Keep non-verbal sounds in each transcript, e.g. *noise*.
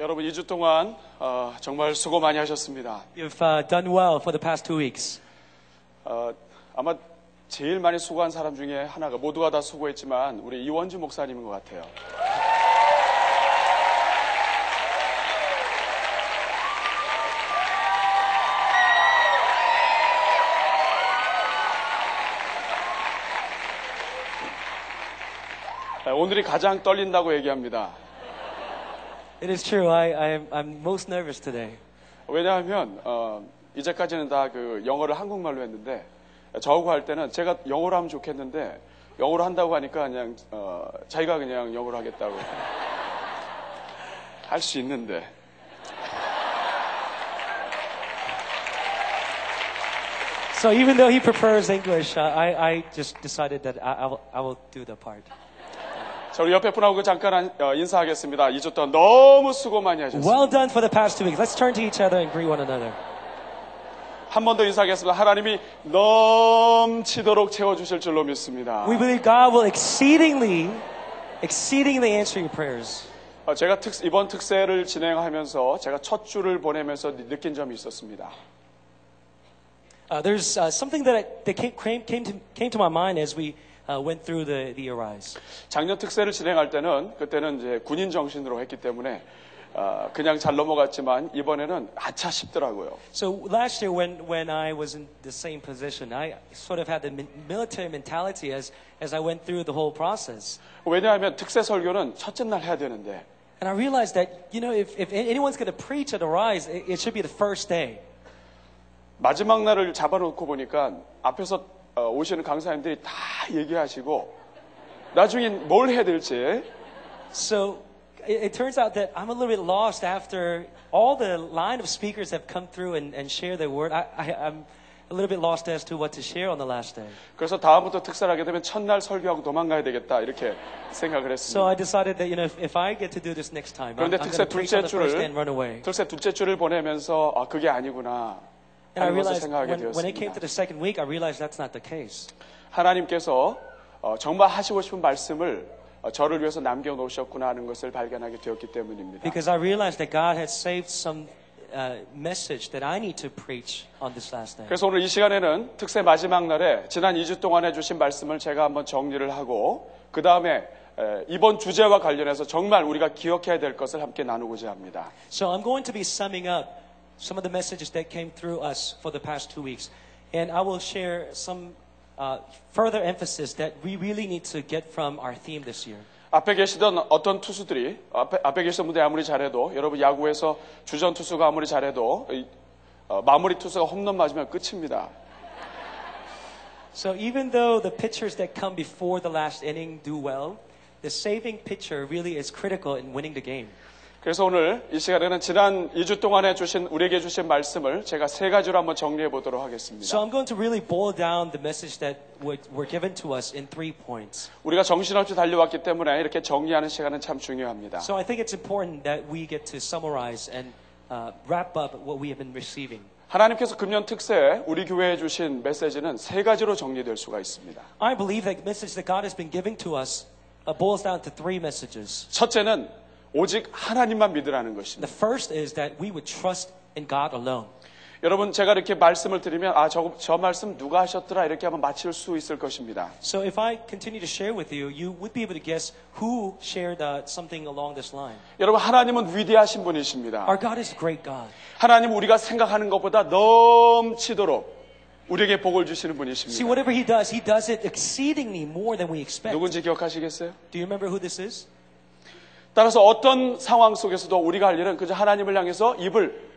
여러분 2주 동안 어, 정말 수고 많이 하셨습니다. You've uh, done well for the past two weeks. 어, 아마 제일 많이 수고한 사람 중에 하나가 모두가 다 수고했지만 우리 이원주 목사님인 것 같아요. 네, 오늘이 가장 떨린다고 얘기합니다. It is true. I, I am, I'm most nervous today 왜냐하면 어, 이제까지는 다 그 영어를 한국말로 했는데 저하고 할 때는 제가 영어로 하면 좋겠는데 영어로 한다고 하니까 그냥 어, 자기가 그냥 영어로 하겠다고 할 수 있는데 So even though he prefers English, uh, I, I just decided that I, I, will, I will do the part. 자 우리 옆에 분하고 잠깐 한- 어, 인사하겠습니다. 2주 동안 너무 수고 많이 하셨습니다. Well done for the past two weeks. Let's turn to each other and greet one another. 한 번 더 인사하겠습니다. 하나님이 넘치도록 채워주실 줄로 믿습니다. We believe God will exceedingly, exceedingly answer your prayers. 어, 제가 특- 이번 특세를 진행하면서 제가 첫 주를 보내면서 느낀 점이 있었습니다. Uh, there's uh, something that, I, that came, came, came, to, came to my mind as we uh, went through the, the Arise. 작년 특세를 진행할 때는 그때는 이제 군인 정신으로 했기 때문에 어, 그냥 잘 넘어갔지만 이번에는 아차 싶더라고요. So last year, when, when I was in the same position, I sort of had the mi- military mentality as, as I went through the whole process. 왜냐하면 특세 설교는 첫째 날 해야 되는데 And I realized that, you know, if, if anyone's going to preach at Arise, it, it should be the first day. 마지막 날을 잡아놓고 보니까 앞에서 어, 오시는 강사님들이 다 얘기하시고 나중엔 뭘 해야 될지 So it, it turns out that I'm a little bit lost after all the line of speakers have come through and, and share their word. I, I, I'm a little bit lost as to what to share on the last day. 그래서 다음부터 특사를 하게 되면 첫날 설교하고 도망가야 되겠다 이렇게 생각을 했습니다. So I decided that, you know, if, if I get to do this next time, I'm, 그런데 I'm going to 특세 preach on 둘째 the first day and run 주를 away. 특세 둘째 주를 보내면서 아 그게 아니구나 And I 하는 것을 realized 생각하게 when, when it 되었습니다. came to the second week, I realized that's not the case. 하나님께서 어, 정말 하시고 싶은 말씀을 어, 저를 위해서 남겨놓으셨구나 하는 것을 발견하게 되었기 때문입니다. Because I realized that God had saved some uh, message that I need to preach on this last day. 그래서 오늘 이 시간에는 특세 마지막 날에 지난 2주 동안 해주신 말씀을 제가 한번 정리를 하고 그 다음에 이번 주제와 관련해서 정말 우리가 기억해야 될 것을 함께 나누고자 합니다. So I'm going to be summing up some of the messages that came through us for the past two weeks. And I will share some uh, further emphasis that we really need to get from our theme this year. 앞에 계시던 어떤 투수들이 앞에, 앞에 계시던 분들이 아무리 잘해도 여러분 야구에서 주전 투수가 아무리 잘해도 이, 어, 마무리 투수가 홈런 맞으면 끝입니다. So even though the pitchers that come before the last inning do well, the saving pitcher really is critical in winning the game. 그래서 오늘 이 시간에는 지난 2주 동안에 주신 우리에게 주신 말씀을 제가 세 가지로 한번 정리해 보도록 So 하겠습니다. I'm going to really boil down the message that were, were given to us in three points. 우리가 정신없이 달려왔기 때문에 이렇게 정리하는 시간은 참 중요합니다. So I think it's important that we get to summarize and uh, wrap up what we have been receiving. 하나님께서 금년 특세에 우리 교회에 주신 메시지는 세 가지로 정리될 수가 있습니다. I believe that the message that God has been giving to us uh, boils down to three messages. 첫째는 오직 하나님만 믿으라는 것입니다. The first is that we would trust in God alone. 여러분 제가 이렇게 말씀을 드리면 아 저 저 말씀 누가 하셨더라 이렇게 하면 맞힐 수 있을 것입니다. So if I continue to share with you, you would be able to guess who shared uh, something along this line. 여러분 하나님은 위대하신 분이십니다. Our God is a great God. 하나님 우리가 생각하는 것보다 넘치도록 우리에게 복을 주시는 분이십니다. See, whatever He does, He does it exceedingly more than we expect. 누군지 기억하시겠어요? Do you remember who this is? 따라서 어떤 상황 속에서도 우리가 할 일은 그저 하나님을 향해서 입을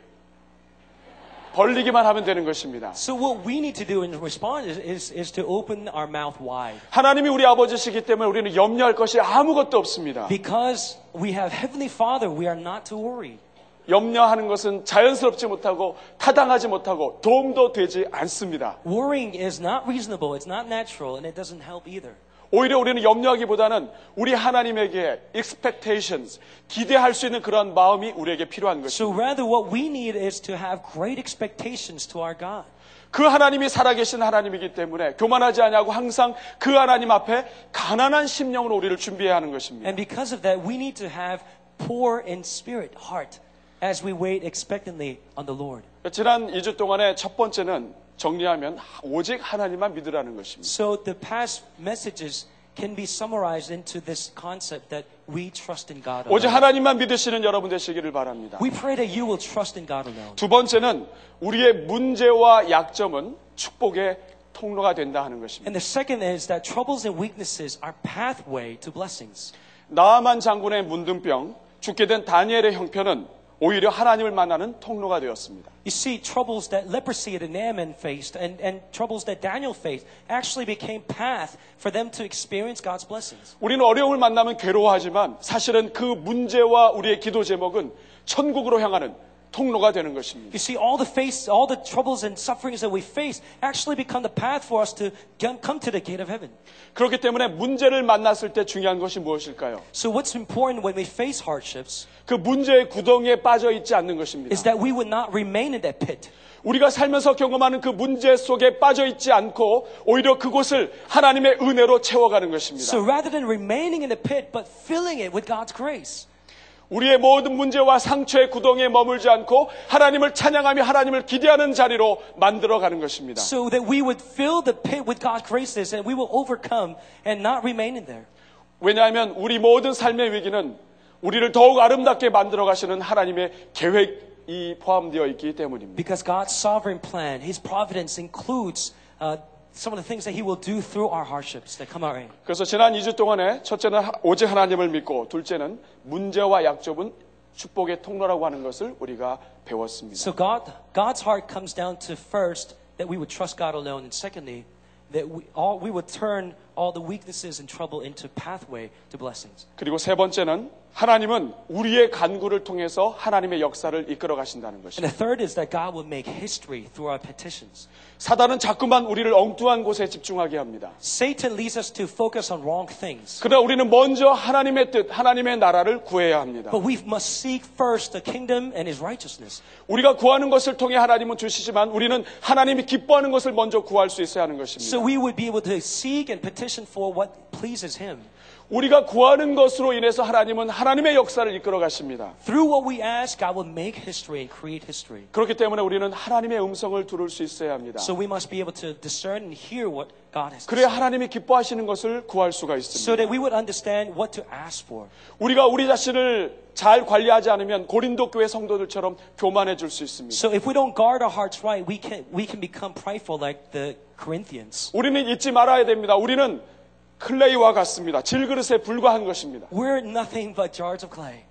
벌리기만 하면 되는 것입니다. So what we need to do in response is, is, is to open our mouth wide. 하나님이 우리 아버지시기 때문에 우리는 염려할 것이 아무것도 없습니다. Because we have Heavenly Father, we are not to worry. 염려하는 것은 자연스럽지 못하고 타당하지 못하고 도움도 되지 않습니다. Worrying is not reasonable, it's not natural, and it doesn't help either. 오히려 우리는 염려하기보다는 우리 하나님에게 expectations, 기대할 수 있는 그런 마음이 우리에게 필요한 것입니다. So rather, what we need is to have great expectations to our God. 그 하나님이 살아계신 하나님이기 때문에 교만하지 아니하고 항상 그 하나님 앞에 가난한 심령으로 우리를 준비해야 하는 것입니다. And because of that, we need to have poor in spirit, heart, as we wait expectantly on the Lord. 지난 2주 동안의 첫 번째는 정리하면 오직 하나님만 믿으라는 것입니다. So the past messages can be summarized into this concept that we trust in God 오직 alone. 하나님만 믿으시는 여러분 되시기를 바랍니다. We pray that you will trust in God alone. 두 번째는 우리의 문제와 약점은 축복의 통로가 된다 하는 것입니다. And the second is that troubles and weaknesses are pathway to blessings. 나아만 장군의 문둥병, 죽게 된 다니엘의 형편은 오히려 하나님을 만나는 통로가 되었습니다. You see, troubles that leprosy and Naaman faced and, and troubles that Daniel faced actually became path for them to experience God's blessings. 우리는 어려움을 만나면 괴로워하지만 사실은 그 문제와 우리의 기도 제목은 천국으로 향하는 통로가 되는 것입니다. You see, all the face, all the troubles and sufferings that we face actually become the path for us to come come to the gate of heaven. 그렇기 때문에 문제를 만났을 때 중요한 것이 무엇일까요? So what's important when we face hardships 그 문제의 구덩이에 빠져 있지 않는 것입니다. is that we would not remain in that pit. 우리가 살면서 경험하는 그 문제 속에 빠져 있지 않고 오히려 그곳을 하나님의 은혜로 채워가는 것입니다. So rather than remaining in the pit, but filling it with God's grace. 우리의 모든 문제와 상처의 구덩이에 머물지 않고 하나님을 찬양하며 하나님을 기대하는 자리로 만들어가는 것입니다. So that we would fill the pit with God's graces and we will overcome and not remain in there. 왜냐하면 우리 모든 삶의 위기는 우리를 더욱 아름답게 만들어 가시는 하나님의 계획이 포함되어 있기 때문입니다. Because God's sovereign plan, His providence includes uh, some of the things that He will do through our hardships that come our way. 그래서 지난 2주 동안에 첫째는 하- 오직 하나님을 믿고 둘째는 문제와 약점은 축복의 통로라고 하는 것을 우리가 배웠습니다. So God, God's heart comes down to first that we would trust God alone, and secondly, that we, all, we would turn all the weaknesses and trouble into pathway to blessings. 그리고 세 번째는 하나님은 우리의 간구를 통해서 하나님의 역사를 이끌어 가신다는 And 것입니다. the third is that God will make history through our petitions. 사단은 자꾸만 우리를 엉뚱한 곳에 집중하게 합니다. Satan leads us to focus on wrong things, 그러나 우리는 먼저 하나님의 뜻, 하나님의 나라를 구해야 합니다. but we must seek first the kingdom and His righteousness. 우리가 구하는 것을 통해 하나님은 주시지만 우리는 하나님이 기뻐하는 것을 먼저 구할 수 있어야 하는 So 것입니다. we would be able to seek and petition for what pleases Him. 우리가 구하는 것으로 인해서 하나님은 하나님의 역사를 이끌어 가십니다. Through what we ask, God will make history and create history. 그렇기 때문에 우리는 하나님의 음성을 들을 수 있어야 합니다. So we must be able to discern and hear what God has to 그래야 say. 하나님이 기뻐하시는 것을 구할 수가 있습니다. So that we would understand what to ask for. 우리가 우리 자신을 잘 관리하지 않으면 고린도 교회 성도들처럼 교만해질 수 있습니다. So if we don't guard our hearts right, we can, we can become prideful like the Corinthians. 우리는 잊지 말아야 됩니다. 우리는 클레이와 같습니다. 질그릇에 불과한 것입니다. We're nothing but jars of clay.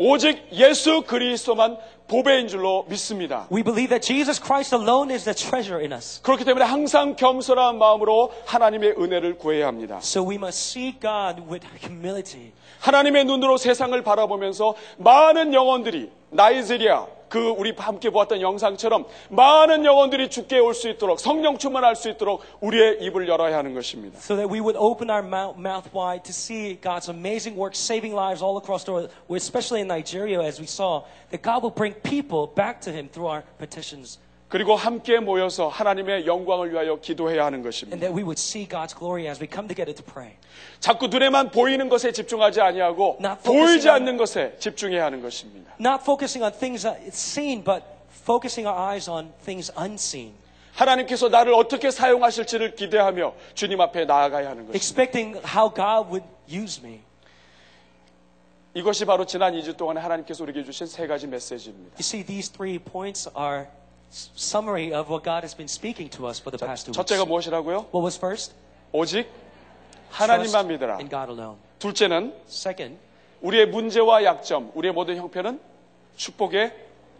오직 예수 그리스도만 보배인 줄로 믿습니다. We believe that Jesus Christ alone is the treasure in us. 그렇기 때문에 항상 겸손한 마음으로 하나님의 은혜를 구해야 합니다. So we must seek God with humility. 하나님의 눈으로 세상을 바라보면서 많은 영혼들이 나이지리아 그 우리 함께 보았던 영상처럼 많은 영혼들이 죽게 올 수 있도록 성령 충만할 수 있도록 우리의 입을 열어야 하는 것입니다. So that we would open our mouth, mouth wide to see God's amazing work saving lives all across the world, especially in Nigeria, as we saw, that God will bring people back to Him through our petitions, 그리고 함께 모여서 하나님의 영광을 위하여 기도해야 하는 and 것입니다. that we would see God's glory as we come together to pray. 자꾸 눈에만 보이는 것에 집중하지 아니하고 Not focusing 보이지 on- 않는 것에 집중해야 하는 것입니다. Not focusing on things that it's seen, but focusing our eyes on things unseen. 하나님께서 나를 어떻게 사용하실지를 기대하며 주님 앞에 나아가야 하는 것입니다. Expecting how God would use me. 이것이 바로 지난 2주 동안에 하나님께서 우리에게 주신 세 가지 메시지입니다. You see, these three points are s- summary of what God has been speaking to us for the past two weeks. 첫째가 무엇이라고요? What was first? 오직 Trust 하나님만 믿으라. in God alone. 둘째는 Second, 우리의 문제와 약점, 우리의 모든 형편은 축복의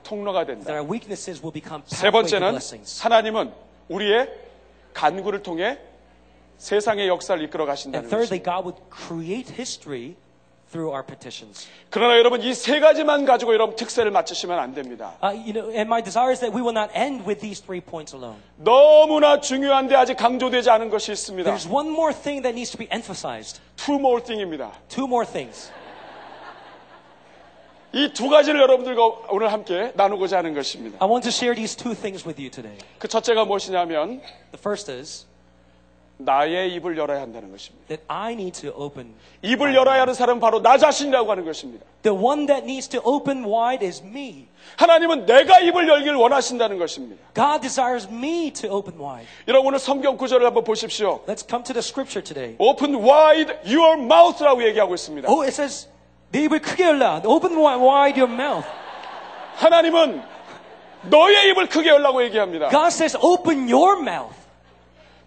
통로가 된다. that our weaknesses will become 세 pathway to 번째는 blessings. 하나님은 우리의 간구를 통해 세상의 역사를 이끌어 가신다는 것입니다. And thirdly, God would create history through our petitions. 그러나 여러분 이 세 가지만 가지고 여러분 특세를 맞추시면 안 됩니다. Uh, you know, and my desire is that we will not end with these three points alone. 너무나 중요한데 아직 강조되지 않은 것이 있습니다. There's one more thing that needs to be emphasized. Two more thing입니다. Two more things. 이 두 가지를 여러분들과 오늘 함께 나누고자 하는 것입니다. I want to share these two things with you today. 그 첫째가 무엇이냐면 The first is 나의 입을 열어야 한다는 것입니다. that I need to open. 입을 열어야 하는 사람은 바로 나 자신이라고 하는 것입니다. The one that needs to open wide is me. 하나님은 내가 입을 열길 원하신다는 것입니다. God desires me to open wide. 여러분 오늘 성경 구절을 한번 보십시오. Let's come to the scripture today. Open wide your mouth라고 얘기하고 있습니다. Oh, it says, 내 입을 크게 열라. Open wi- wide your mouth. 하나님은 너의 입을 크게 열라고 얘기합니다. God says, open your mouth.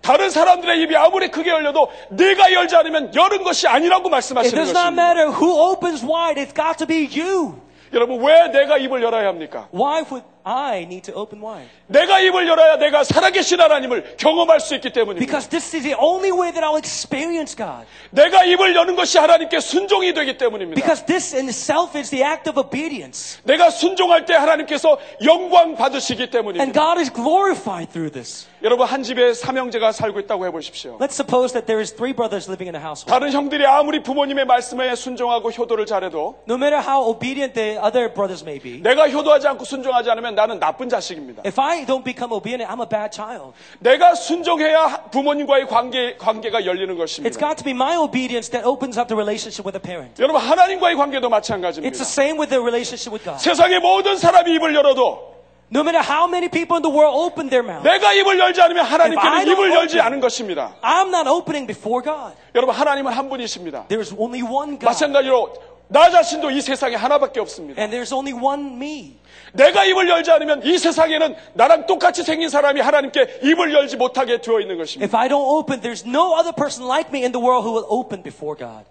다른 사람들의 입이 아무리 크게 열려도 네가 열지 않으면 여는 것이 아니라고 It 말씀하시는 does not 것입니다. matter who opens wide. It's got to be you. 여러분 왜 내가 입을 열어야 합니까? Why would I need to open wide? 내가 입을 열어야 내가 살아계신 하나님을 경험할 수 있기 때문입니다. Because this is the only way that I'll experience God. 내가 입을 여는 것이 하나님께 순종이 되기 때문입니다. Because this in itself is the act of obedience. 내가 순종할 때 하나님께서 영광 받으시기 And 때문입니다. God is glorified through this. 여러분 한 집에 삼형제가 살고 있다고 해보십시오. Let's suppose that there is three brothers living in a household. 다른 형들이 아무리 부모님의 말씀에 순종하고 효도를 잘해도 No matter how obedient the other brothers may be, 내가 효도하지 않고 순종하지 않으면 나는 나쁜 자식입니다. if I don't become obedient, I'm a bad child. 내가 순종해야 부모님과의 관계, 관계가 열리는 It's 것입니다. got to be my obedience that opens up the relationship with a parent. 여러분 하나님과의 관계도 It's 마찬가지입니다. the same with the relationship with God. 세상의 모든 사람이 입을 열어도 No matter how many people in the world open their mouth, 내가 입을 열지 않으면 If I 하나님께는 don't 입을 열지 open- 않은 것입니다. I'm not opening before God. 여러분 하나님은 한 분이십니다. There's only one God. 마찬가지로 나 자신도 이 세상에 하나밖에 없습니다. And there's only one me. 내가 입을 열지 않으면 이 세상에는 나랑 똑같이 생긴 사람이 하나님께 입을 열지 못하게 되어 있는 것입니다. If I don't open, there's no other person like me in the world who will open before God.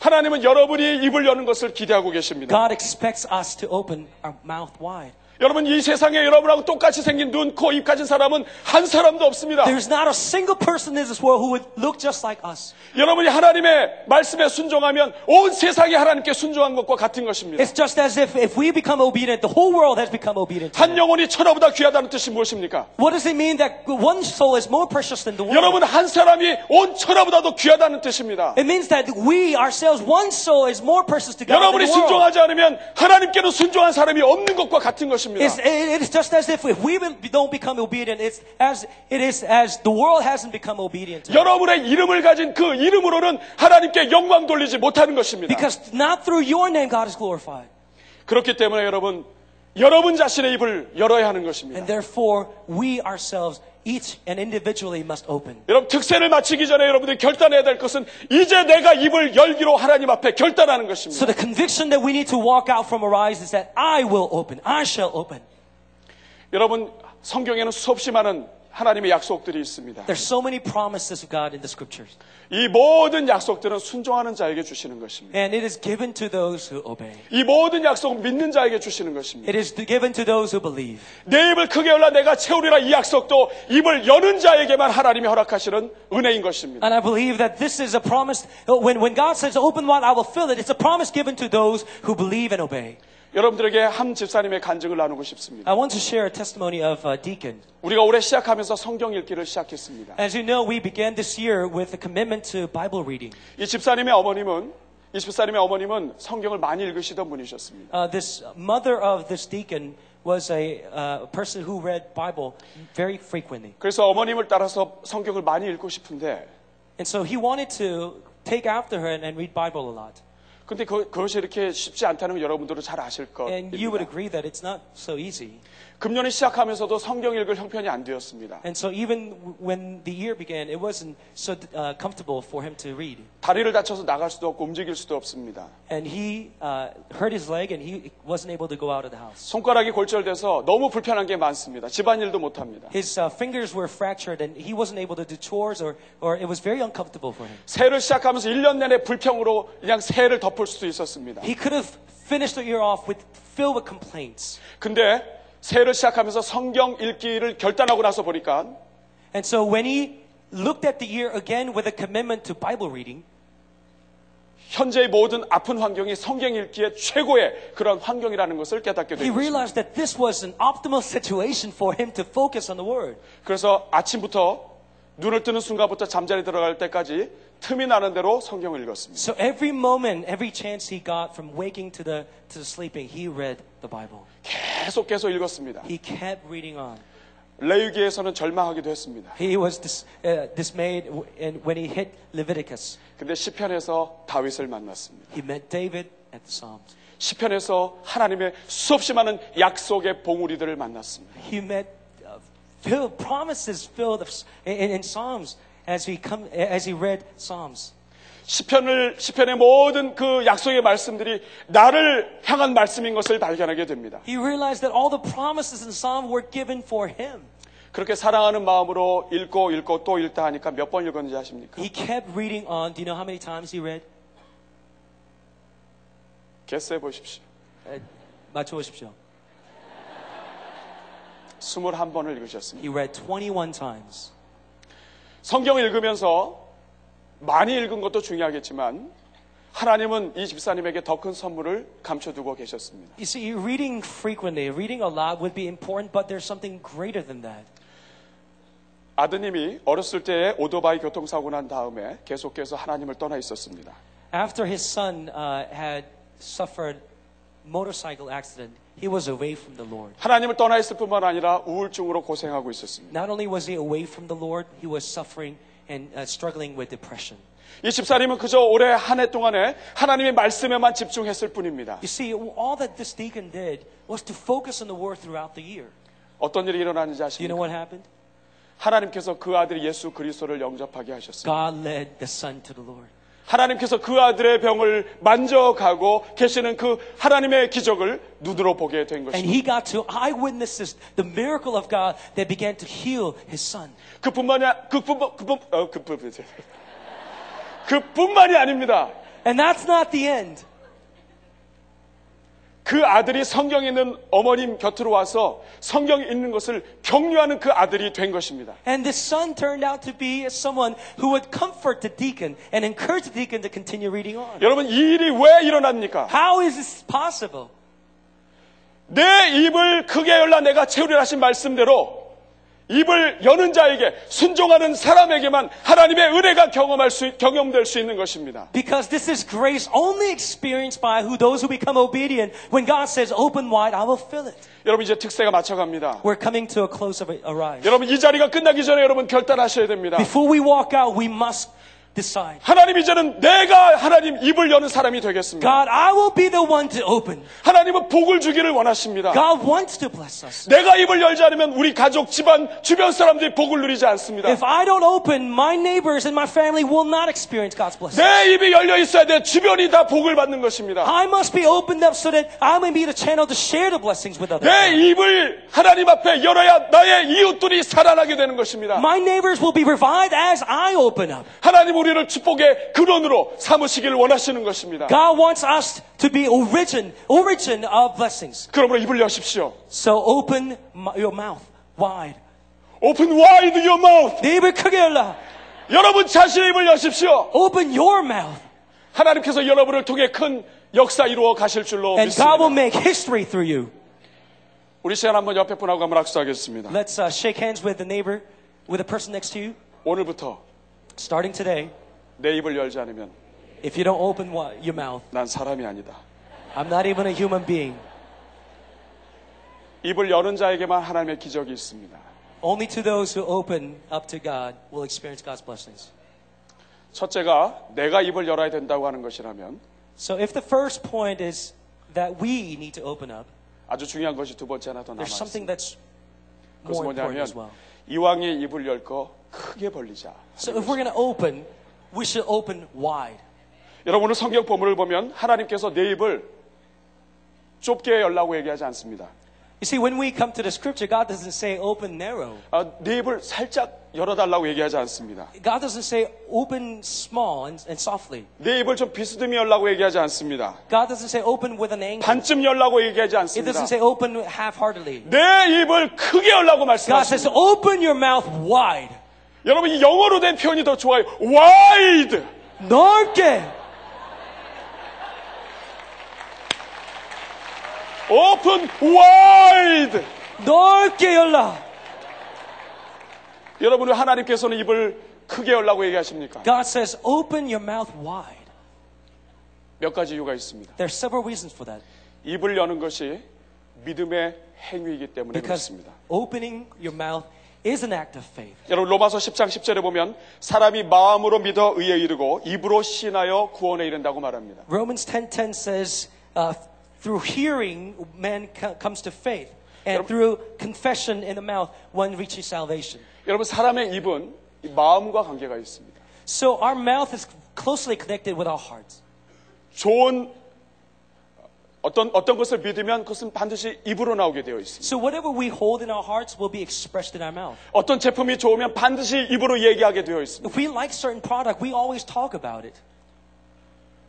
하나님은 여러분이 입을 여는 것을 기대하고 계십니다. God expects us to open our mouth wide. 여러분 이 세상에 여러분하고 똑같이 생긴 눈, 코, 입 가진 사람은 한 사람도 없습니다. There's not a single person in this world who would look just like us. 여러분이 하나님의 말씀에 순종하면 온 세상이 하나님께 순종한 것과 같은 것입니다. It's just as if if we become obedient, the whole world has become obedient. to 한 us. 영혼이 천하보다 귀하다는 뜻이 무엇입니까? What does it mean that one soul is more precious than the world? 여러분 한 사람이 온 천하보다도 귀하다는 뜻입니다. It means that we ourselves, one soul, is more precious to God than 여러분이 the world. 순종하지 않으면 하나님께는 순종한 사람이 없는 것과 같은 것입니다. It's, it is just as if if we don't become obedient, it's as it is as the world hasn't become obedient. To us. 여러분의 이름을 가진 그 이름으로는 하나님께 영광 돌리지 못하는 것입니다. Because not through your name God is glorified, 그렇기 때문에 여러분, 여러분 자신의 입을 열어야 하는 것입니다. and therefore we ourselves, each and individually, must open. 여러분, 특세를 마치기 전에 여러분들이 결단해야 될 것은 이제 내가 입을 열기로 하나님 앞에 결단하는 So 것입니다. the conviction that we need to walk out from arise is that I will open, I shall open. 여러분, 성경에는 수없이 많은 하나님의 약속들이 있습니다. There's so many promises of God in the scriptures, 이 모든 약속들은 순종하는 자에게 주시는 것입니다. and it is given to those who obey. 이 모든 약속은 믿는 자에게 주시는 것입니다. It is given to those who believe. 내 입을 크게 열라 내가 채우리라 이 약속도 입을 여는 자에게만 하나님이 허락하시는 은혜인 것입니다. And I believe that this is a promise. When, when God says, open wide, I will fill it, it's a promise given to those who believe and obey. 여러분들에게 한 집사님의 간증을 나누고 싶습니다. I want to share a testimony of a deacon. 우리가 올해 시작하면서 성경 읽기를 시작했습니다. As you know, we began this year with a commitment to Bible reading. 이 집사님의 어머님은 이 집사님의 어머님은 성경을 많이 읽으시던 분이셨습니다. Uh, this mother of this deacon was a uh, person who read Bible very frequently. 그래서 어머님을 따라서 성경을 많이 읽고 싶은데 And so he wanted to take after her and, and read Bible a lot. 근데 그, 것이 이렇게 쉽지 않다는 걸 여러분들은 잘 아실 And you would 겁니다. agree that it's not so easy. 금년에 시작하면서도 성경 읽을 형편이 안 되었습니다. And so even w- when the year began, it wasn't so uh, comfortable for him to read. 다리를 다쳐서 나갈 수도 없고 움직일 수도 없습니다. And he uh, hurt his leg and he wasn't able to go out of the house. 손가락이 골절돼서 너무 불편한 게 많습니다. 집안일도 못합니다. His uh, fingers were fractured and he wasn't able to do chores or, or it was very uncomfortable for him. 새해를 시작하면서 1년 내내 불평으로 그냥 새해를 덮을 수도 있었습니다. He could have finished the year off with filled with complaints. 근데 새해를 시작하면서 성경 읽기를 결단하고 나서 보니까 And so when he looked at the year again with a commitment to Bible reading, 현재의 모든 아픈 환경이 성경 읽기의 최고의 그런 환경이라는 것을 깨닫게 he 됩니다. realized that this was an optimal *laughs* situation for him to focus on the word. 그래서 아침부터 눈을 뜨는 순간부터 잠자리 들어갈 때까지 틈이 나는 대로 성경을 읽었습니다. So every moment, every chance he got from waking to the to the sleeping, he read the Bible. 계속 계속 읽었습니다. He kept reading on. 레위기에서는 절망하기도 했습니다. He was dis, uh, dismayed w- and when he hit Leviticus. 근데 시편에서 다윗을 만났습니다. He met David at the Psalms. 시편에서 하나님의 수없이 많은 약속의 봉우리들을 만났습니다. He met uh, filled, promises filled of, s- in, in Psalms as he, come, as he read Psalms. 시편을 시편의 모든 그 약속의 말씀들이 나를 향한 말씀인 것을 발견하게 됩니다. He realized that all the promises in Psalm were given for him. 그렇게 사랑하는 마음으로 읽고 읽고 또 읽다 하니까 몇 번 읽었는지 아십니까? He kept reading on. Do you know how many times he read? 개수해 보십시오. Uh, 맞춰보십시오. 21번을 읽으셨습니다. He read 21 times. 성경을 읽으면서 많이 읽은 것도 중요하겠지만 하나님은 이 집사님에게 더 큰 선물을 감춰두고 계셨습니다. You see, reading frequently, reading a lot would be important, but there's something greater than that. 아드님이 어렸을 때에 오토바이 교통사고 난 다음에 계속해서 하나님을 떠나 있었습니다. After his son uh, had suffered motorcycle accident, he was away from the Lord. 하나님을 떠나 있을 뿐만 아니라 우울증으로 고생하고 있었습니다. Not only was he away from the Lord, he was suffering and uh, struggling with depression. 이 집사님은 그저 올해 한 해 동안에 하나님의 말씀에만 집중했을 뿐입니다. You see, all that this deacon did was to focus on the word throughout the year. 어떤 일이 일어나는지 Do you know 아십니까? what happened? 하나님께서 그 아들 예수 그리스도를 영접하게 하셨습니다. God led the son to the Lord. 하나님께서 그 아들의 병을 만져가고 계시는 그 하나님의 기적을 눈으로 보게 된 And 것입니다. he got to eyewitness this, the miracle of God that began to heal his son. 그뿐만이 아- 그뿐 그뿐 어, 그뿐 그뿐만이 아닙니다. And that's not the end. 그 아들이 성경에 있는 어머님 곁으로 와서 성경에 있는 것을 격려하는 그 아들이 된 것입니다. And this son turned out to be someone who would comfort the deacon and encourage the deacon to continue reading on. 여러분 이 일이 왜 일어납니까? How is this possible? 내 입을 크게 열라 내가 채우리라 하신 말씀대로 입을 여는 자에게 순종하는 사람에게만 하나님의 은혜가 경험할 수 경험될 수 있는 것입니다. Because this is grace only experienced by who those who become obedient. When God says, open wide, I will fill it. 여러분 이제 특세가 맞춰갑니다. We're coming to a close of a rise. 여러분 이 자리가 끝나기 전에 여러분 결단하셔야 됩니다. Before we walk out, we must decide. 하나님 이제는 내가 하나님 입을 여는 사람이 되겠습니다. God, I will be the one to open. 하나님은 복을 주기를 원하십니다. God wants to bless us. 내가 입을 열지 않으면 우리 가족, 집안, 주변 사람들이 복을 누리지 않습니다. If I don't open, my neighbors and my family will not experience God's blessing. 내 입이 열려 있어야 돼 주변이 다 복을 받는 것입니다. I must be opened up so that I may be the channel to share the blessings with others. 내 입을 하나님 앞에 열어야 나의 이웃들이 살아나게 되는 것입니다. My neighbors will be revived as I open up. 하나님 우리를 축복의 근원으로 삼으시기를 원하시는 것입니다. God wants us to be origin, origin of blessings. 그러므로 입을 여십시오. So open m- your mouth wide. Open wide your mouth. 입을 크게 열라. 여러분 자신의 입을 여십시오. Open your mouth. 하나님께서 여러분을 통해 큰 역사 이루어 가실 줄로 And God will 믿습니다. make history through you. 우리 시간 한번 옆에 분하고 한번 악수하겠습니다. Let's uh, shake hands with the neighbor, with the person next to you. 오늘부터 Starting today, 내 입을 열지 않으면 if you don't open wi- your mouth, 난 사람이 아니다. I'm not even a human being. 입을 여는 자에게만 하나님의 기적이 있습니다. Only to those who open up to God will experience God's blessings. 첫째가 내가 입을 열어야 된다고 하는 것이라면 So if the first point is that we need to open up, 아주 중요한 것이 두 번째 하나 더 남아 there's something 있습니다. that's 그것은 more important 뭐냐면 as well. 이왕에 입을 열 거 크게 벌리자. So if we're going to open, we should open wide. 여러분 오늘 성경 본문을 보면 하나님께서 내 입을 좁게 열라고 얘기하지 않습니다. You see, when we come to the scripture, God doesn't say open narrow. 아, 내 입을 살짝 열어달라고 얘기하지 않습니다. God doesn't say open small and, and softly. 내 입을 좀 비스듬히 열라고 얘기하지 않습니다. God doesn't say open with an angle. 반쯤 열라고 얘기하지 It 않습니다. doesn't say open half-heartedly. 내 입을 크게 열라고 God says 말씀하십니다. open your mouth wide. 여러분 이 영어로 된 표현이 더 좋아요. wide. 넓게. open wide. 넓게 열라. 여러분 왜 하나님께서는 입을 크게 열라고 얘기하십니까? God says open your mouth wide. 몇 가지 이유가 있습니다. There are several reasons for that. 입을 여는 것이 믿음의 행위이기 때문에 Because 그렇습니다. opening your mouth is an act of faith. 여러분 로마서 10장 10절에 보면 사람이 마음으로 믿어 의에 이르고 입으로 신하여 구원에 이른다고 말합니다. Romans 10:10 says, uh, "Through hearing, man co- comes to faith, and through confession in the mouth, one reaches salvation." 여러분 사람의 입은 이 마음과 관계가 있습니다. So our mouth is closely connected with our hearts. 좋은 어떤 어떤 것을 믿으면 그것은 반드시 입으로 나오게 되어 있습니다. So whatever we hold in our hearts will be expressed in our mouth. 어떤 제품이 좋으면 반드시 입으로 얘기하게 되어 있습니다. If we like certain product, we always talk about it.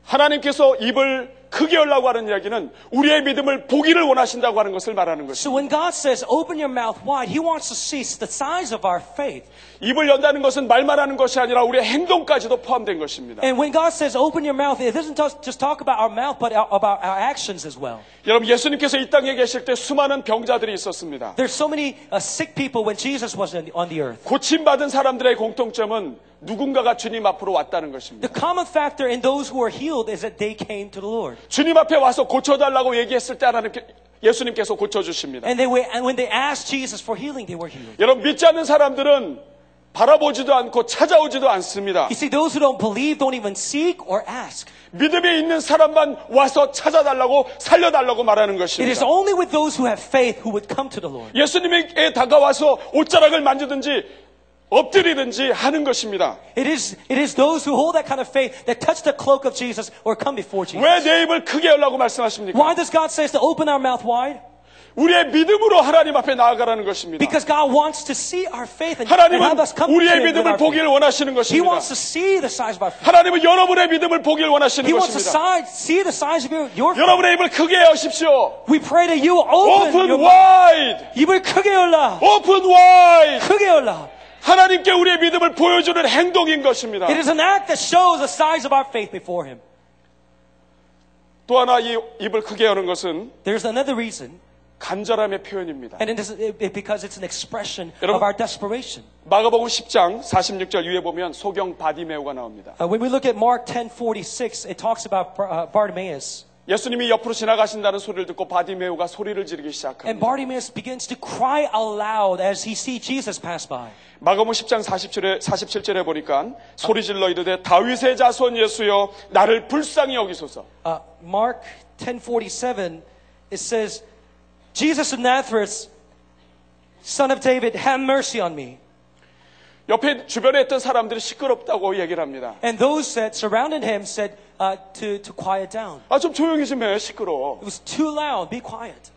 하나님께서 입을 크게 열라고 하는 이야기는 우리의 믿음을 보기를 원하신다고 하는 것을 말하는 것입니다. So when God says, "Open your mouth wide," He wants to see the size of our faith. 입을 연다는 것은 말만 하는 것이 아니라 우리의 행동까지도 포함된 것입니다. And when God says, "Open your mouth," it doesn't just just talk about our mouth, but our- about our actions as well. 여러분 예수님께서 이 땅에 계실 때 수많은 병자들이 있었습니다. There's so many uh, sick people when Jesus was on the- on the earth. 고침받은 사람들의 공통점은 누군가가 주님 앞으로 왔다는 The 것입니다. common factor in those who are healed is that they came to the Lord. 주님 앞에 와서 고쳐달라고 얘기했을 때 하나님께 예수님께서 고쳐주십니다. And, they were, and when they asked Jesus for healing, they were healed. 여러분 믿지 않는 사람들은 바라보지도 않고 찾아오지도 않습니다. You see, those who don't believe don't even seek or ask. 믿음에 있는 사람만 와서 찾아달라고 살려달라고 말하는 It is 것입니다. only with those who have faith who would come to the Lord. 예수님에게 다가와서 옷자락을 만지든지 엎드리든지 하는 것입니다. It is, it is those who hold that kind of faith that touch the cloak of Jesus or come before Jesus. 왜 내 입을 크게 열라고 말씀하십니까? Why does God say us to open our mouth wide? 우리의 믿음으로 하나님 앞에 나아가라는 것입니다. Because God wants to see our faith and, and 하나님은 have us come to 우리의 Him with 믿음을 our faith. 보기를 원하시는 He 것입니다. wants to see the size of our faith. 하나님은 여러분의 믿음을 보기를 원하시는 He wants to 것입니다. si- see the size of your, your faith. 여러분의 입을 크게 여십시오. We pray that you will open, Open your mouth. wide! 입을 크게 열라. Open wide! 크게 열라. 하나님께 우리의 믿음을 보여주는 행동인 것입니다. It is an act that shows the size of our faith before Him. 또 하나 이 입을 크게 여는 것은 There's another reason, 간절함의 표현입니다. and it is it, it- because it's an expression 여러분- of our desperation. 마가복음 10장 46절 위에 보면 소경 바디메오가 나옵니다. Uh, when we look at Mark 10:46, it talks about Bar- uh, Bartimaeus, 예수님이 옆으로 지나가신다는 소리를 듣고 바디메오가 소리를 지르기 and 시작합니다. Bartimaeus begins to cry aloud as he sees Jesus pass by. 마가복음 10장 47절에, 47절에 보니까 소리 질러 이르되 다윗의 자손 예수여 나를 불쌍히 여기소서. Uh, Mark 10:47, it says, "Jesus of Nazareth, son of David, have mercy on me." 옆에 주변에 있던 사람들이 시끄럽다고 얘기를 합니다. And those that surrounded him said uh, to, to quiet down. 아 좀 조용히 좀 해 시끄러. It was too loud, be quiet.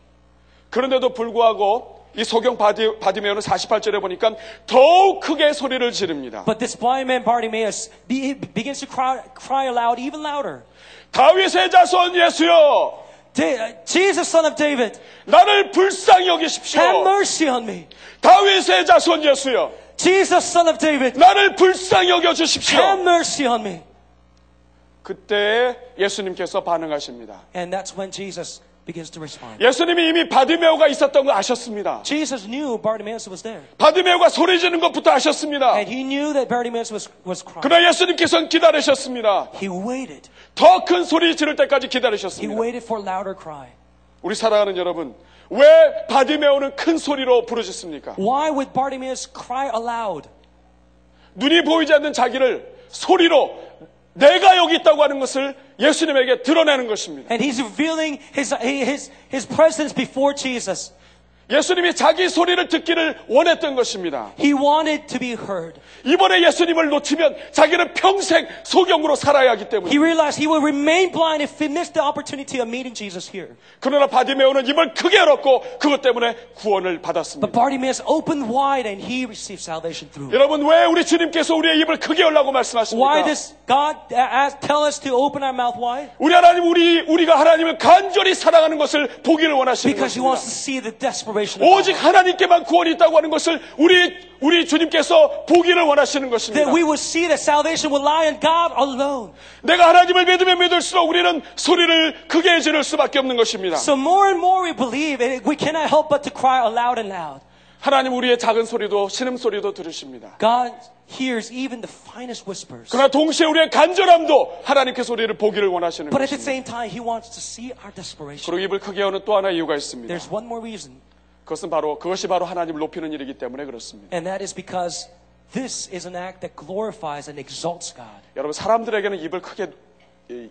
그런데도 불구하고 이 소경 바디, 바디메오는 48절에 보니까 더욱 크게 소리를 지릅니다. But this blind man Bartimaeus be, begins to cry, cry aloud, even louder. 다윗의 자손 예수여 Da- uh, Jesus, son of David, 나를 불쌍히 have 여기십시오. mercy on me. 다윗의 자손 예수여 Jesus, son of David, 나를 불쌍히 have 여겨주십시오. mercy on me. 그때 예수님께서 반응하십니다. And that's when Jesus begins to respond. 예수님이 이미 바디메오가 있었던 거 아셨습니다. Jesus knew Bartimaeus was there. 바디메오가 소리 지는 것부터 아셨습니다. And he knew that Bartimaeus was, was crying. 그러나 예수님께서는 기다리셨습니다. He waited. 더 큰 소리 지를 때까지 He 기다리셨습니다. waited for louder cry. 우리 사랑하는 여러분, 왜 바디메오는 큰 소리로 부르짖습니까? Why would Bartimaeus cry aloud? 눈이 보이지 않는 자기를 소리로 내가 여기 있다고 하는 것을 예수님에게 드러내는 것입니다. And he's revealing his, his, his presence before Jesus. 예수님이 자기 소리를 듣기를 원했던 것입니다. He wanted to be heard. 이번에 예수님을 놓치면 자기는 평생 소경으로 살아야 하기 때문에 He realized he would remain blind if he missed the opportunity of meeting Jesus here. 그러나 바디메오는 입을 크게 열었고 그것 때문에 구원을 But 받았습니다. Bartimaeus opened wide and he received salvation through it. 여러분 왜 우리 주님께서 우리의 입을 크게 열라고 Why 말씀하십니까? does God uh, ask, tell us to open our mouth wide? 우리 하나님 우리 우리가 하나님을 간절히 사랑하는 것을 보기를 원하시는 Because he 것입니다. wants to see the desperation of our 오직 heart. 하나님께만 구원이 있다고 하는 것을 우리 우리 주님께서 보기를 원하시는 것입니다. That we will see that salvation will lie in God alone. 내가 하나님을 믿으면 믿을수록 우리는 소리를 크게 지를 수밖에 없는 것입니다. So more and more we believe, and we cannot help but to cry aloud and loud. 하나님 우리의 작은 소리도 신음소리도 들으십니다. God hears even the finest whispers. 그러나 동시에 우리의 간절함도 하나님께서 우리를 보기를 원하시는 But at the 것입니다. same time, He wants to see our desperation. 그리고 입을 크게 여는 또 하나 이유가 있습니다. There's one more reason, 그것은 바로 그것이 바로 하나님을 높이는 일이기 때문에 그렇습니다. and that is because this is an act that glorifies and exalts God. 여러분 사람들에게는 입을 크게 이,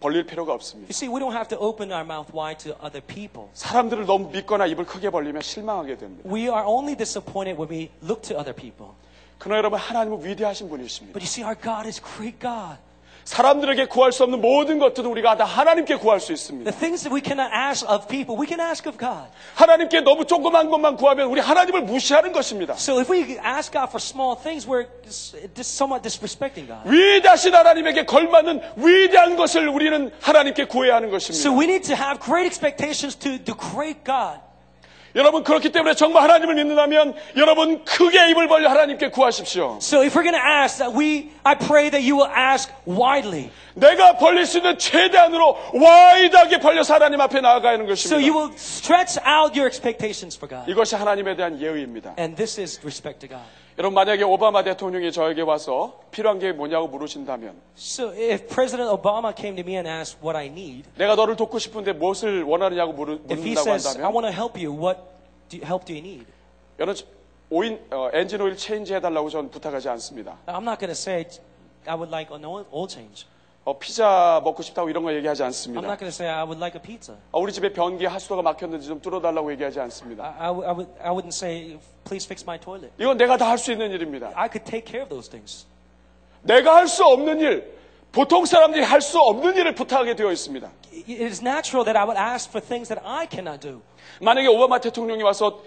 벌릴 필요가 없습니다. You see, we don't have to open our mouth wide to other people. 사람들을 너무 믿거나 입을 크게 벌리면 실망하게 됩니다. We are only disappointed when we look to other people. 그러나 여러분 하나님은 위대하신 분이십니다. But you see, our God is great God. 사람들에게 구할 수 없는 모든 것들은 우리가 다 하나님께 구할 수 The 있습니다. things that we cannot ask of people, we can ask of God. 하나님께 너무 조그만 것만 구하면 우리 하나님을 무시하는 것입니다. So if we ask God for small things, we're dis- dis- somewhat disrespecting God. 위대하신 하나님에게 걸맞는 위대한 것을 우리는 하나님께 구해야 하는 So 것입니다. we need to have great expectations to the great God. 여러분 그렇기 때문에 정말 하나님을 믿는다면 여러분 크게 입을 벌려 하나님께 구하십시오. So if we're going to ask that we, I pray that you will ask widely. 내가 벌릴 수 있는 최대한으로 와이드하게 벌려서 하나님 앞에 나아가야 하는 So you 것입니다. will stretch out your expectations for God. 이것이 하나님에 대한 예의입니다. And this is respect to God. 여러분 만약에 오바마 대통령이 저에게 와서 필요한 게 뭐냐고 물으신다면 So if President Obama came to me and asked what I need, 내가 너를 돕고 싶은데 무엇을 원하느냐고 물으, if he 묻는다고 says, I 한다면 want to help you, what do you, help do you need? 여러분 오인, 어, 엔진 오일 체인지 해달라고 전 부탁하지 않습니다. I'm not going to say, I would like an oil oil change. 어, 피자 먹고 싶다고 이런 거 얘기하지 I'm 않습니다. not going to say, I would like a pizza. 어, 우리 집에 변기 하수도가 막혔는지 좀 뚫어달라고 얘기하지 않습니다. I, I, would- I would, I wouldn't say, please fix my toilet. 이건 내가 다 할 수 있는 일입니다. I could take care of those things. 내가 할 수 없는 일, 보통 사람들이 할 수 없는 일을 부탁하게 되어 있습니다. It it is natural that I would ask for things that I cannot do. 만약에 오바마 대통령이 와서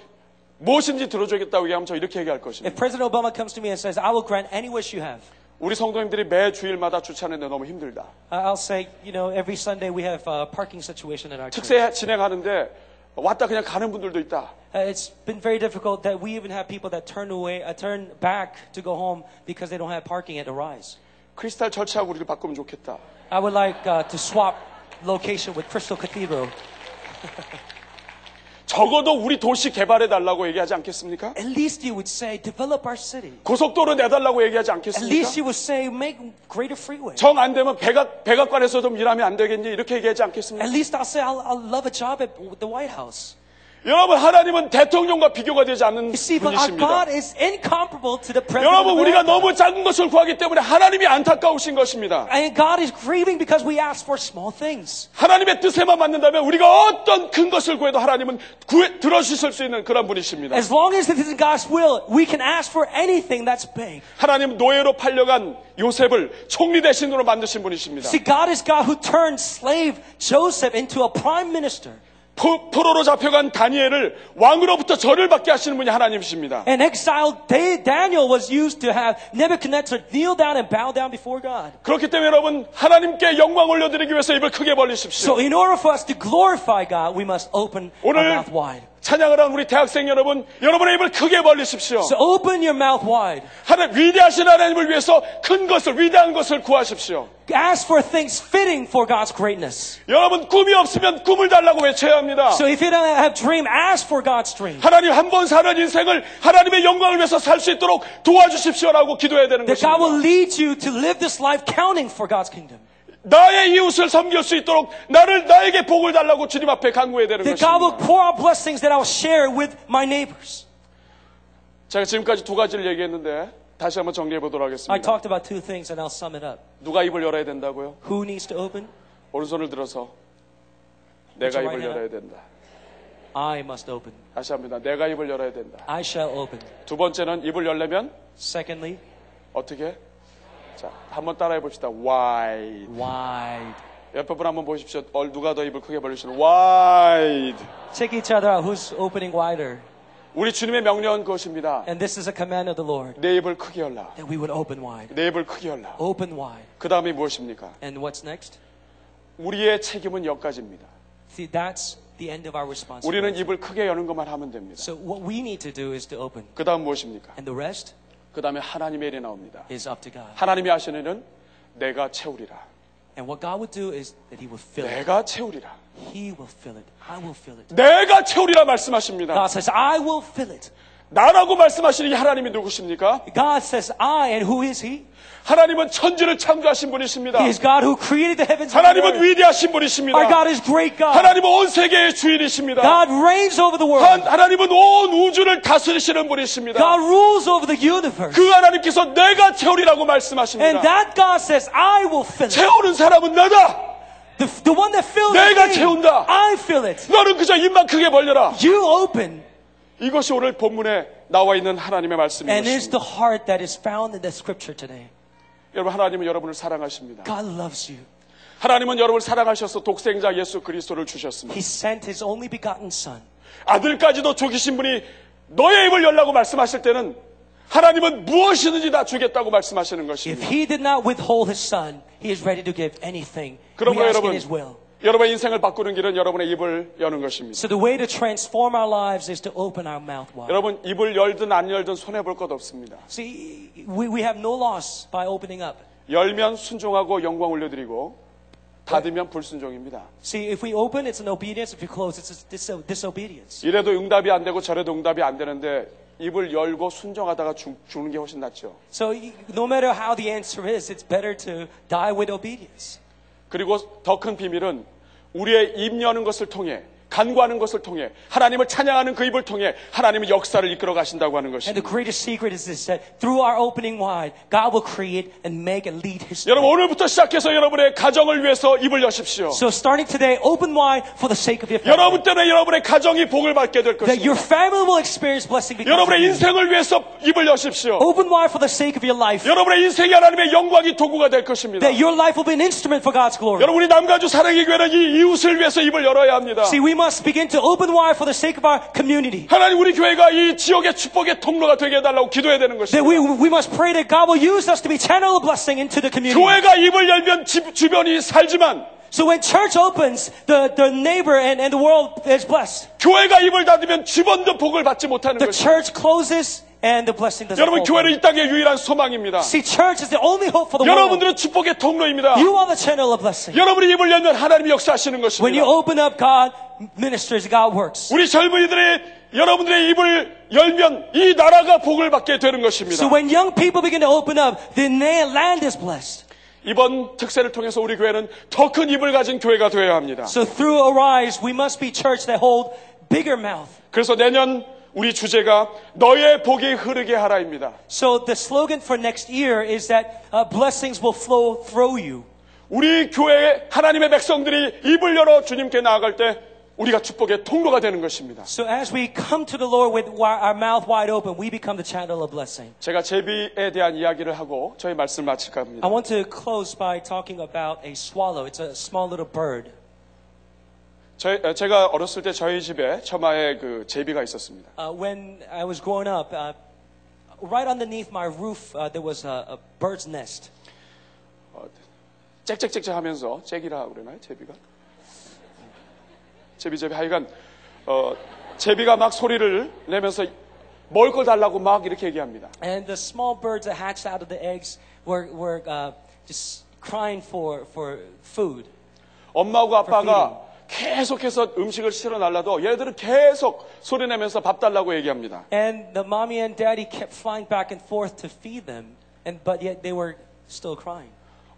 무엇인지 들어주겠다고 얘기하면 저 이렇게 얘기할 If 것입니다. President Obama comes to me and says, I will grant any wish you have, 우리 성도님들이 매 주일마다 주차하는데 너무 힘들다. I- I'll say, you know, every Sunday we have a parking situation at our church. 특세 진행하는데 왔다 그냥 가는 분들도 있다. Uh, It's been very difficult that we even have people that turn away, uh, turn back to go home because they don't have parking at the rise. 크리스탈 절차하고 우리를 바꾸면 좋겠다. I would like uh, to swap location with Crystal Cathedral. 적어도 우리 도시 개발해 달라고 얘기하지 않겠습니까? At least you would say, develop our city. 고속도로 내달라고 얘기하지 At least 않겠습니까? you would say, make greater freeways. 정 안 되면 백악, 백악관에서 좀 일하면 안 되겠니? 이렇게 얘기하지 않겠습니까? At least I'll say, I'll, I'll love a job at the White House. 여러분, 하나님은 대통령과 비교가 되지 않는 You see, but our 분이십니다. God is incomparable to the president. of 여러분, 우리가 America. 너무 작은 것을 구하기 때문에 하나님이 안타까우신 것입니다. And God is grieving because we ask for small things. 하나님의 뜻에만 맞는다면 우리가 어떤 큰 것을 구해도 하나님은 구해, 들어주실 수 있는 그런 분이십니다. As long as it is in God's will, we can ask for anything that's big. 하나님 노예로 팔려간 요셉을 총리 대신으로 만드신 분이십니다. See, God is God who turned slave Joseph into a prime minister. 포, 포로로 잡혀간 다니엘을 왕으로부터 절을 받게 하시는 분이 하나님이십니다. And exiled Da- Daniel was used to have Nebuchadnezzar kneel down and bow down before God. 그렇기 때문에 여러분 하나님께 영광 올려드리기 위해서 입을 크게 벌리십시오. So in order for us to glorify God, we must open our 오늘 mouth wide. 찬양을 한 우리 대학생 여러분, 여러분의 입을 크게 벌리십시오. So open your mouth wide. 하나님 위대하신 하나님을 위해서 큰 것을 위대한 것을 구하십시오. Ask for things fitting for God's greatness. 여러분 꿈이 없으면 꿈을 달라고 외쳐야 합니다. So if you don't have dream, ask for God's dream. 하나님 한 번 사는 인생을 하나님의 영광을 위해서 살 수 있도록 도와주십시오라고 기도해야 되는 That God will 것입니다. lead you to live this life counting for God's kingdom. 나의 이웃을 섬길 수 있도록 나를 나에게 복을 달라고 주님 앞에 간구해야 되는 That God will 것입니다. pour out blessings that I'll share with my neighbors. 제가 지금까지 두 가지를 얘기했는데 다시 한번 정리해 보도록 I 하겠습니다. talked about two things and I'll sum it up. 누가 입을 열어야 된다고요? Who needs to open? 오른손을 들어서 내가 입을 그렇죠, 열어야 된다. I must open. 다시 합니다. 내가 입을 열어야 된다. I shall open. 두 번째는 입을 열려면 Secondly, 어떻게? 자, 한번 따라해 봅시다. wide. wide. 옆에 분 한번 보십시오. 얼 누가 더 입을 크게 벌리시는 wide. Check each other out. Who's opening wider? 우리 주님의 명령은 그것입니다. And this is a command of the Lord 내 입을 크게 열라. that we would open wide. 내 입을 크게 열라. Open wide. 그 다음이 무엇입니까? And what's next? 우리의 책임은 여기까지입니다. See, that's the end of our 우리는 responsibility. 입을 크게 여는 것만 하면 됩니다. So what we need to do is to open. 그 다음 무엇입니까? And the rest 그 다음에 하나님의 일이 나옵니다. is up to God. 하나님이 하시는 일은 내가 채우리라. And what God would do is that He will fill it. 내가 채우리라. He will fill it. I will fill it. 내가 채우리라 God 말씀하십니다. says, I will fill it. 나라고 말씀하시는 이 하나님이 누구십니까? God says, I, and who is He? 하나님은 천지를 창조하신 분이십니다. He is God who created the heavens and the 하나님은 earth. 위대하신 Our 분이십니다. God is great God. 하나님은 온 세계의 주인이십니다. God reigns over the 한- world. 하나님은 온 우주를 다스리시는 분이십니다. God rules over the universe. 그 하나님께서 내가 채우리라고 And 말씀하십니다. that God says, I will fill it. 채우는 사람은 나다. The, the one that fills 내가 me, 채운다. I fill it. 너는 그저 입만 크게 벌려라. You open, 이것이 오늘 본문에 나와 있는 하나님의 and it's 말씀입니다. the heart that is found in the scripture today. 여러분 하나님은 여러분을 사랑하십니다. God loves you. 하나님은 여러분을 사랑하셔서 독생자 예수 그리스도를 주셨습니다. He sent His only begotten Son. 아들까지도 죽이신 분이 너의 입을 열라고 말씀하실 때는 하나님은 무엇이든지 다 주겠다고 말씀하시는 If 것입니다. He did not withhold His Son, He is ready to give anything. We 그러므로 ask 여러분, in His will. 여러분의 인생을 바꾸는 길은 여러분의 입을 여는 것입니다. So the way to transform our lives is to open our mouth wide. 여러분 입을 열든 안 열든 손해 볼 것 없습니다. See, we, we have no loss by opening up. 열면 순종하고 영광 올려드리고 닫으면 불순종입니다. See, if we open, it's an obedience. If you close, it's a dis- disobedience. 이래도 응답이 안 되고 저래도 응답이 안 되는데 입을 열고 순종하다가 죽, 는게 훨씬 낫죠. So y- no matter how the answer is, it's better to die with obedience. 그리고 더 큰 비밀은 우리의 입 여는 것을 통해 간구하는 것을 통해 하나님을 찬양하는 그 입을 통해 하나님의 역사를 이끌어 가신다고 하는 And the 것입니다. greatest secret is this, that through our opening wide, God will create and make and lead His 여러분 오늘부터 시작해서 여러분의 가정을 위해서 입을 여십시오. So starting today, open wide for the sake of your family. 여러분 때문에 여러분의 가정이 복을 받게 될 That 것입니다. your family will experience blessing because of 여러분의 you. 인생을 위해서 입을 여십시오. Open wide for the sake of your life. 여러분의 인생이 하나님의 영광이 도구가 될 것입니다. That your life will be an instrument for God's glory. 여러분이 남가주 사랑의 교회는 이 이웃을 위해서 입을 열어야 합니다. See, we must begin to open wide for the sake of our community. 하나님 우리 교회가 이 지역의 축복의 통로가 되게 해달라고 기도해야 되는 That 것입니다. we, we must pray that God will use us to be channel of blessing into the community. 교회가 입을 열면 집- 주변이 살지만 So when church opens, the, the neighbor and, and the world is blessed. 교회가 입을 닫으면 집원도 복을 받지 못하는 The 것입니다. church closes and the blessing doesn't 여러분 fall. 교회는 이 땅의 유일한 소망입니다. See, church is the only hope for the world. 여러분들은 축복의 통로입니다. You are the channel of blessing. 여러분이 입을 열면 하나님이 역사하시는 When you 것입니다. open up, God ministers, God works. 우리 젊은이들의 여러분들의 입을 열면 이 나라가 복을 받게 되는 것입니다. So when young people begin to open up, then their land is blessed. 이번 특세를 통해서 우리 교회는 더 큰 입을 가진 교회가 되어야 합니다. So through Arise, we must be church that hold bigger mouth. 그래서 내년 우리 주제가 너의 복이 흐르게 하라입니다. So the slogan for next year is that uh, blessings will flow through you. 우리 교회의 하나님의 백성들이 입을 열어 주님께 나아갈 때 우리가 축복의 통로가 되는 것입니다. So as we come to the Lord with wi- our mouth wide open, we become the channel of blessing. 제가 제비에 대한 이야기를 하고 저희 말씀을 마칠까 I 합니다. want to close by talking about a swallow. It's a small little bird. 저희- 어, 제가 어렸을 때 저희 집에 처마에 그 제비가 있었습니다. Uh, when I was growing up, uh, right underneath my roof, uh, there was a, a bird's nest. 짹짹짹짹 하면서 짹이라 하고 그러나요? 제비가? 제비 제비 하여간 어, 제비가 막 소리를 내면서 먹을 걸 달라고 막 이렇게 얘기합니다. And the small birds that hatched out of the eggs were, were uh, just crying for, for food. 엄마하고 아빠가 계속해서 음식을 실어 날라도 얘들은 계속 소리 내면서 밥 달라고 얘기합니다. And the mommy and daddy kept flying back and forth to feed them, and, but yet they were still crying.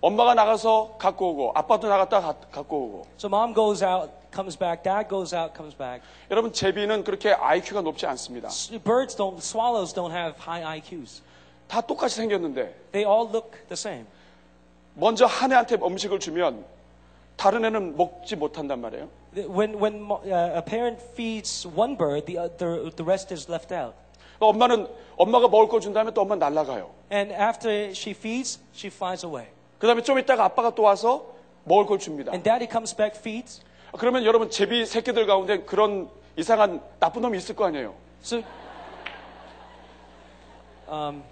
엄마가 나가서 갖고 오고 아빠도 나갔다 가- 갖고 오고 So mom goes out, comes back, dad goes out, comes back. 여러분 제비는 그렇게 IQ가 높지 않습니다. S- Birds don't, swallows don't have high IQs. 다 똑같이 생겼는데 They all look the same. 먼저 한 애한테 음식을 주면 다른 애는 먹지 못한단 말이에요. The- When, when mo- uh, a parent feeds one bird, the, other, the rest is left out. 그러니까 엄마는 엄마가 먹을 거 준 다음에 또 엄마 는 날라가요. And after she feeds, she flies away. 그다음에 좀 있다가 아빠가 또 와서 먹을 걸 줍니다. And daddy comes back, feeds. 그러면 여러분 제비 새끼들 가운데 그런 이상한 나쁜 놈이 있을 거 아니에요. So, um,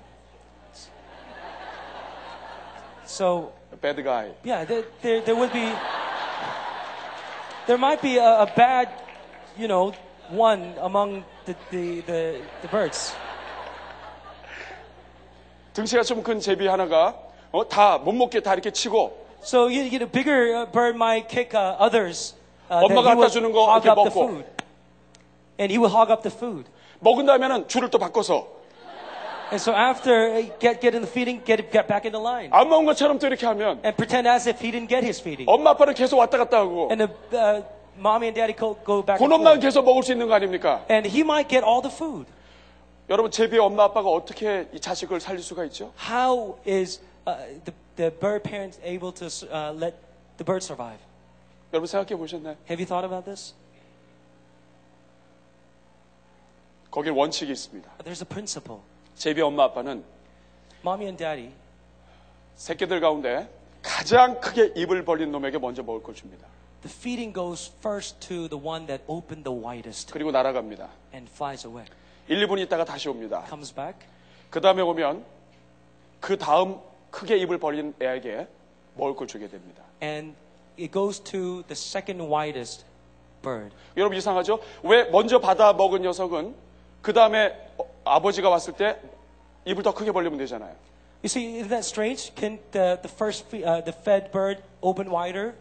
so 배드 가이. yeah, there, there, there would be, there might be a, a bad, you know, one among the, the, the, the birds. 등치가 좀 큰 제비 하나가 어, 다 못 먹게 다 이렇게 치고 So you, you know, bigger uh, bird might kick uh, others. Uh, that 엄마가 he 갖다 would 주는 거 hog 이렇게 up the 먹고. food. and he would hog up the food. 먹은 다음에는 줄을 또 바꿔서 And so after eh, get get in the feeding, get get back in the line 안 먹은 것처럼 또 이렇게 하면 and pretend as if he didn't get his feeding. 엄마 아빠는 계속 왔다 갔다 하고 And the uh, mommy and daddy go, go back. And, 그놈만 forth. 계속 먹을 수 있는 거 아닙니까? and he might get all the food. 여러분 제비의 엄마 아빠가 어떻게 이 자식을 살릴 수가 있죠? How is uh, the the bird parents able to uh, let the bird survive? 여러분 생각해 보셨나요? Have you thought about this? 거기에 원칙이 있습니다. There's a principle. 제비 엄마 아빠는 Mommy and daddy 새끼들 가운데 가장 크게 입을 벌린 놈에게 먼저 먹을 걸 줍니다. The feeding goes first to the one that opened the widest 그리고 날아갑니다. and flies away. 1, 2분 있다가 다시 옵니다. Comes back. 그 다음에 오면 그 다음 크게 입을 벌린 애에게 먹을 걸 주게 됩니다. And it goes to the second widest bird. 여러분 이상하죠? 왜 먼저 받아 먹은 녀석은 그 다음에 아버지가 왔을 때 입을 더 크게 벌리면 되잖아요. You see, isn't that strange? Can the, the first fe- uh, the fed bird open wider?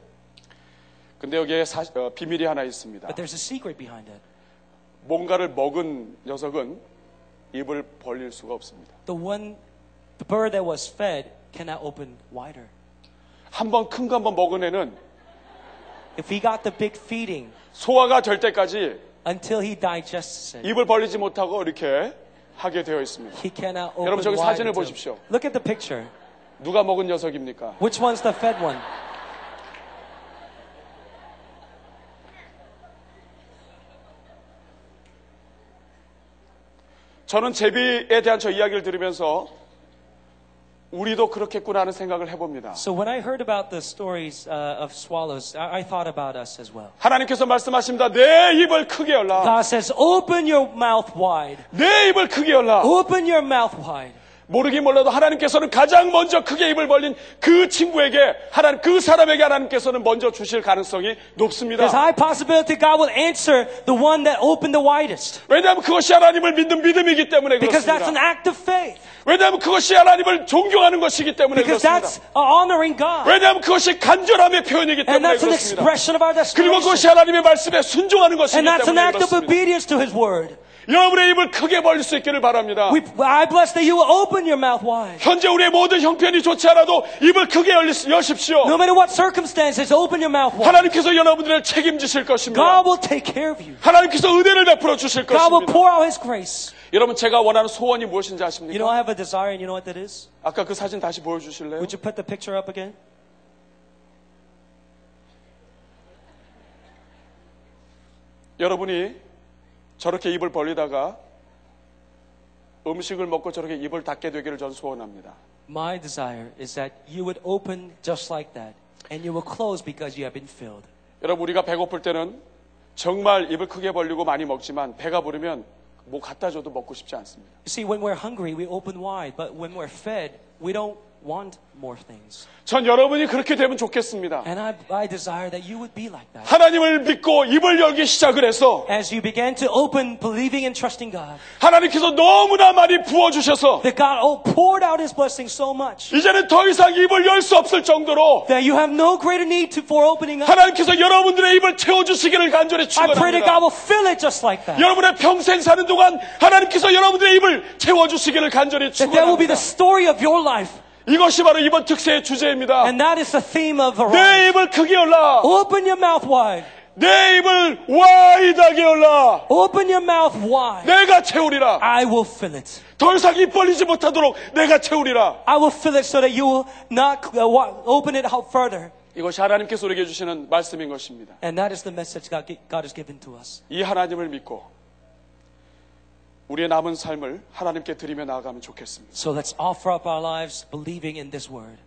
근데 여기에 사- 어, 비밀이 하나 있습니다. But there's a secret behind it. 뭔가를 먹은 녀석은 입을 벌릴 수가 없습니다. The one, the bird that was fed cannot open wider. 한 번 큰 거 한 번 먹은 애는 If he got the big feeding 소화가 될 때까지 until he digests it, 입을 벌리지 못하고 이렇게 하게 되어 있습니다. he cannot open 여러분, 저기 wide. 사진을 until- 보십시오. Look at the picture. 누가 먹은 녀석입니까? Which one's the fed one? 저는 제비에 대한 저 이야기를 들으면서 우리도 그렇겠구나 하는 생각을 해봅니다. So when I heard about the stories uh, of swallows, I-, I thought about us as well. 하나님께서 말씀하십니다. 내 입을 크게 열라. God says, "Open your mouth wide. 내 입을 크게 열라. Open your mouth wide." 모르긴 몰라도 하나님께서는 가장 먼저 크게 입을 벌린 그 친구에게 하나님 그 사람에게 하나님께서는 먼저 주실 가능성이 There's 높습니다. high possibility God will answer the one that opened the widest, 왜냐하면 그것이 하나님을 믿는 믿음이기 때문에 because that's an 그렇습니다. act of faith. 왜냐하면 그것이 하나님을 존경하는 것이기 때문에 Because 그렇습니다. that's uh, honoring God, 왜냐하면 그것이 간절함의 표현이기 and 때문에 that's an 그렇습니다. expression of our 그리고 그것이 desperation, 하나님의 말씀에 순종하는 것이기 and that's an 때문에 act of 그렇습니다. obedience to His word. 여러분의 입을 크게 벌릴 수 있기를 바랍니다. We, I bless that you will open your mouth wide. 현재 우리의 모든 형편이 좋지 않아도 입을 크게 열리- 여십시오. No matter what circumstances, open your mouth wide. 하나님께서 여러분들을 책임지실 것입니다. God will take care of you. 하나님께서 은혜를 베풀어 주실 God will 것입니다. pour out His grace. 여러분 제가 원하는 소원이 무엇인지 You 아십니까? know, I have a desire, and you know what that is? 아까 그 사진 다시 보여주실래요? Would you put the picture up again? 여러분이 저렇게 입을 벌리다가 음식을 먹고 저렇게 입을 닫게 되기를 저는 소원합니다. My desire is that you would open just like that, and you will close because you have been filled. 여러분 우리가 배고플 때는 정말 입을 크게 벌리고 많이 먹지만 배가 부르면 뭐 갖다 줘도 먹고 싶지 않습니다. You see, when we're hungry, we open wide, but when we're fed, we don't want more things. 전 여러분이 그렇게 되면 좋겠습니다. And I, I desire that you would be like that. 하나님을 믿고 입을 열기 시작을 해서 As you began to open, believing and trusting God, 하나님께서 너무나 많이 부어주셔서 that God oh, poured out His blessing so much 이제는 더 이상 입을 열 수 없을 정도로 that you have no greater need to, for opening up. 하나님께서 여러분들의 입을 채워주시기를 간절히 I pray 축원합니다. that God will fill it just like that. 여러분의 평생 사는 동안 하나님께서 여러분들의 입을 채워주시기를 간절히 That there will be 축원합니다. the story of your life. 이것이 바로 이번 특세의 주제입니다. And that is the theme of Arise. 내 입을 크게 열라. Open your mouth wide. 내 입을 와이드하게 열라. Open your mouth wide. 내가 채우리라. I will fill it. 더 이상 입 벌리지 못하도록 내가 채우리라. I will fill it so that you will not uh, wa- open it out further. 이것이 하나님께서 우리에게 주시는 말씀인 것입니다. And that is the message God, gi- God has given to us. 이 하나님을 믿고 우리의 남은 삶을 하나님께 드리며 나아가면 좋겠습니다. So let's offer up our lives believing in this word.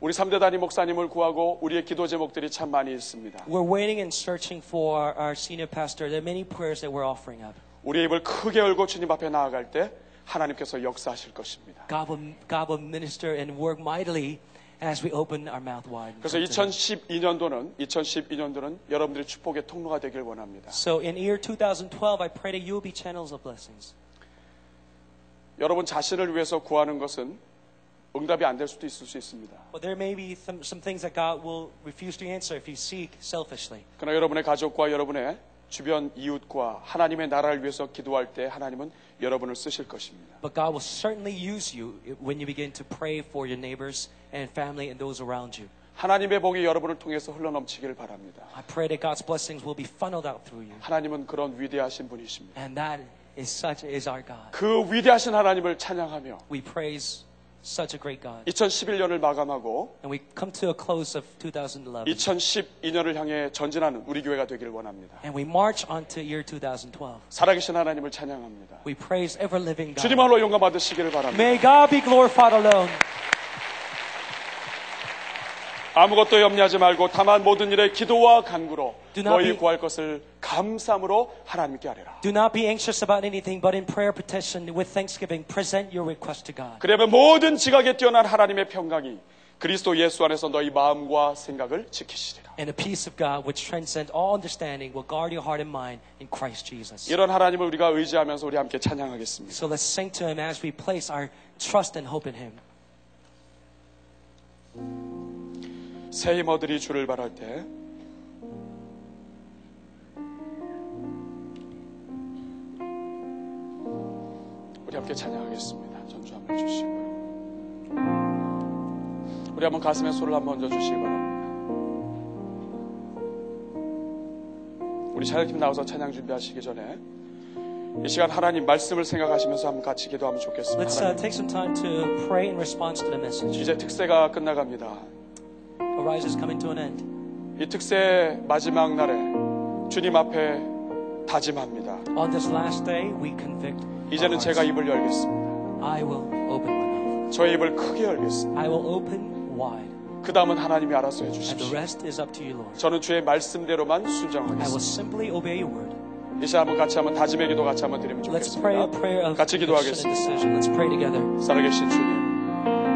우리 3대 단임 목사님을 구하고 우리의 기도 제목들이 참 많이 있습니다. We're waiting and searching for our, our senior pastor. There are many prayers that we're offering up. 우리의 입을 크게 열고 주님 앞에 나아갈 때 하나님께서 역사하실 것입니다. God will, God will minister and work mightily as we open our mouth wide. and 그래서 come to Him. 2012년도는 2012년도는 여러분들의 축복의 통로가 되길 원합니다. So in year 2012, I pray that you will be channels of blessings. 여러분 자신을 위해서 구하는 것은 응답이 안 될 수도 있을 수 있습니다. Well, there may be some, some things that God will refuse to answer if you seek selfishly. 그러나 여러분의 가족과 여러분의 주변 이웃과 하나님의 나라를 위해서 기도할 때 하나님은 여러분을 쓰실 것입니다. But God will certainly use you when you begin to pray for your neighbors and family and those around you. 하나님의 복이 여러분을 통해서 흘러넘치길 바랍니다. I pray that God's blessings will be funneled out through you. 하나님은 그런 위대하신 분이십니다. And that is such is our God. 그 위대하신 하나님을 찬양하며 We praise such a great God. 2011년을 마감하고 And we come to a close of 2011. 2012년을 향해 전진하는 우리 교회가 되기를 원합니다. And we march on to year 2012. 살아계신 하나님을 찬양합니다. We praise ever living God. 주님으로 영감 받으시기를 바랍니다. May God be glorified alone. 아무것도 염려하지 말고 다만 모든 일에 기도와 간구로 Do not 너희 be- 구할 것을 감삼으로 하나님께 아뢰라. Do not be anxious about anything, but in prayer, petition, with thanksgiving, present your request to God. 그리하면 모든 지각에 뛰어난 하나님의 평강이 그리스도 예수 안에서 너희 마음과 생각을 지키시리라. And the peace of God, which transcends all understanding, will guard your heart and mind in Christ Jesus. 이런 하나님을 우리가 의지하면서 우리 함께 찬양하겠습니다. So let's sing to Him as we place our trust and hope in Him. 새 힘어들이 주를 바랄 때 우리 함께 찬양하겠습니다. 전주 한번 주시고요. 우리 한번 가슴에 손을 한번 얹어 주시기 바랍니다. 우리 찬양팀 나와서 찬양 준비하시기 전에 이 시간 하나님 말씀을 생각하시면서 한번 같이 기도하면 좋겠습니다. Let's uh, 하나님, take some time to pray in response to the message. 이제 특세가 끝나갑니다. Arise is coming to an end. 이 특세 마지막 날에 주님 앞에 다짐합니다. On this last day, we convict. our 이제는 제가 hearts. 입을 열겠습니다. I will open my mouth. 저의 입을 크게 열겠습니다. I will open wide, 그 다음은 하나님이 알아서 and the 해주십시오. rest is up to you, Lord. 저는 주의 말씀대로만 I will 순종하겠습니다. simply obey your word. 이제 한번 같이 한번 다짐의 기도 같이 한번 드리면 Let's pray a 좋겠습니다. prayer of 같이 conviction and 기도하겠습니다. decision. Let's pray together. 살아계신 주님,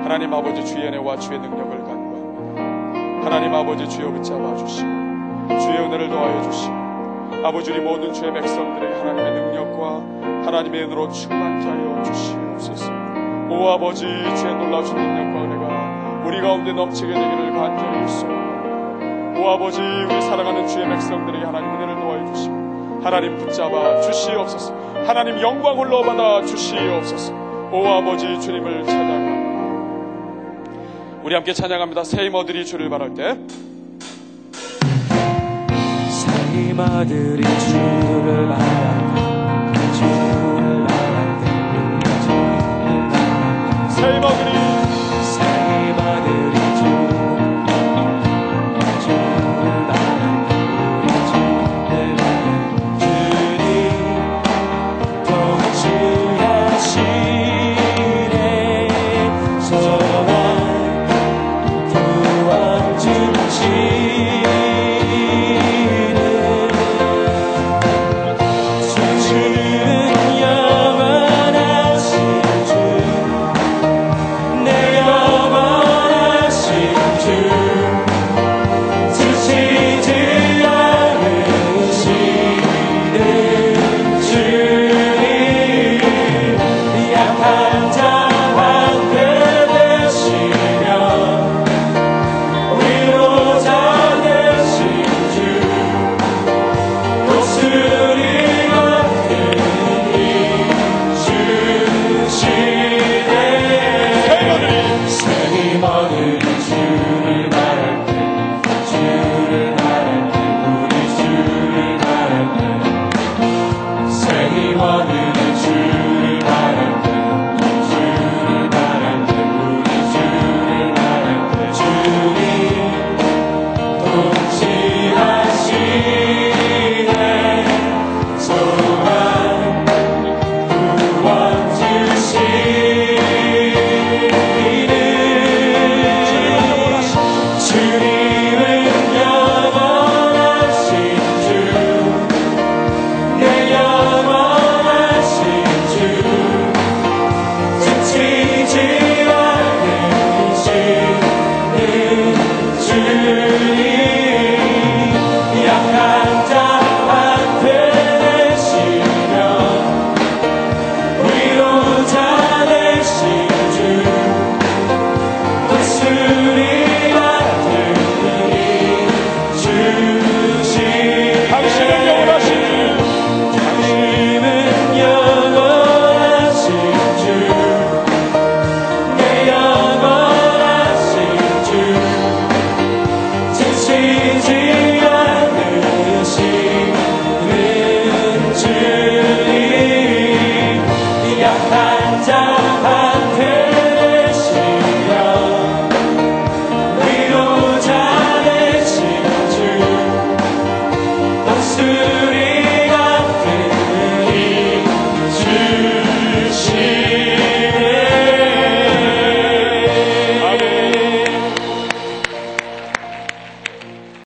하나님 아버지 주의 은혜와 주의 능력을 간구합니다. 하나님 아버지 주여 붙잡아 주시고 주의 은혜를 더하여 주시고 아버지 우리 모든 주의 백성들의 하나님의 능력과 하나님의 은혜로 충만케 하여 주시옵소서. 오 아버지 주의 놀라우신 능력과 은혜가 우리 가운데 넘치게 되기를 간절히 소원합니다. 오 아버지 우리 살아가는 주의 백성들에게 하나님 은혜를 더하여 주시고 하나님 붙잡아 주시옵소서. 하나님 영광 흘러받아 주시옵소서. 오 아버지 주님을 찬양합니다. 우리 함께 찬양합니다. 세이머들이 주를 바랄 때. 삶아들이 주를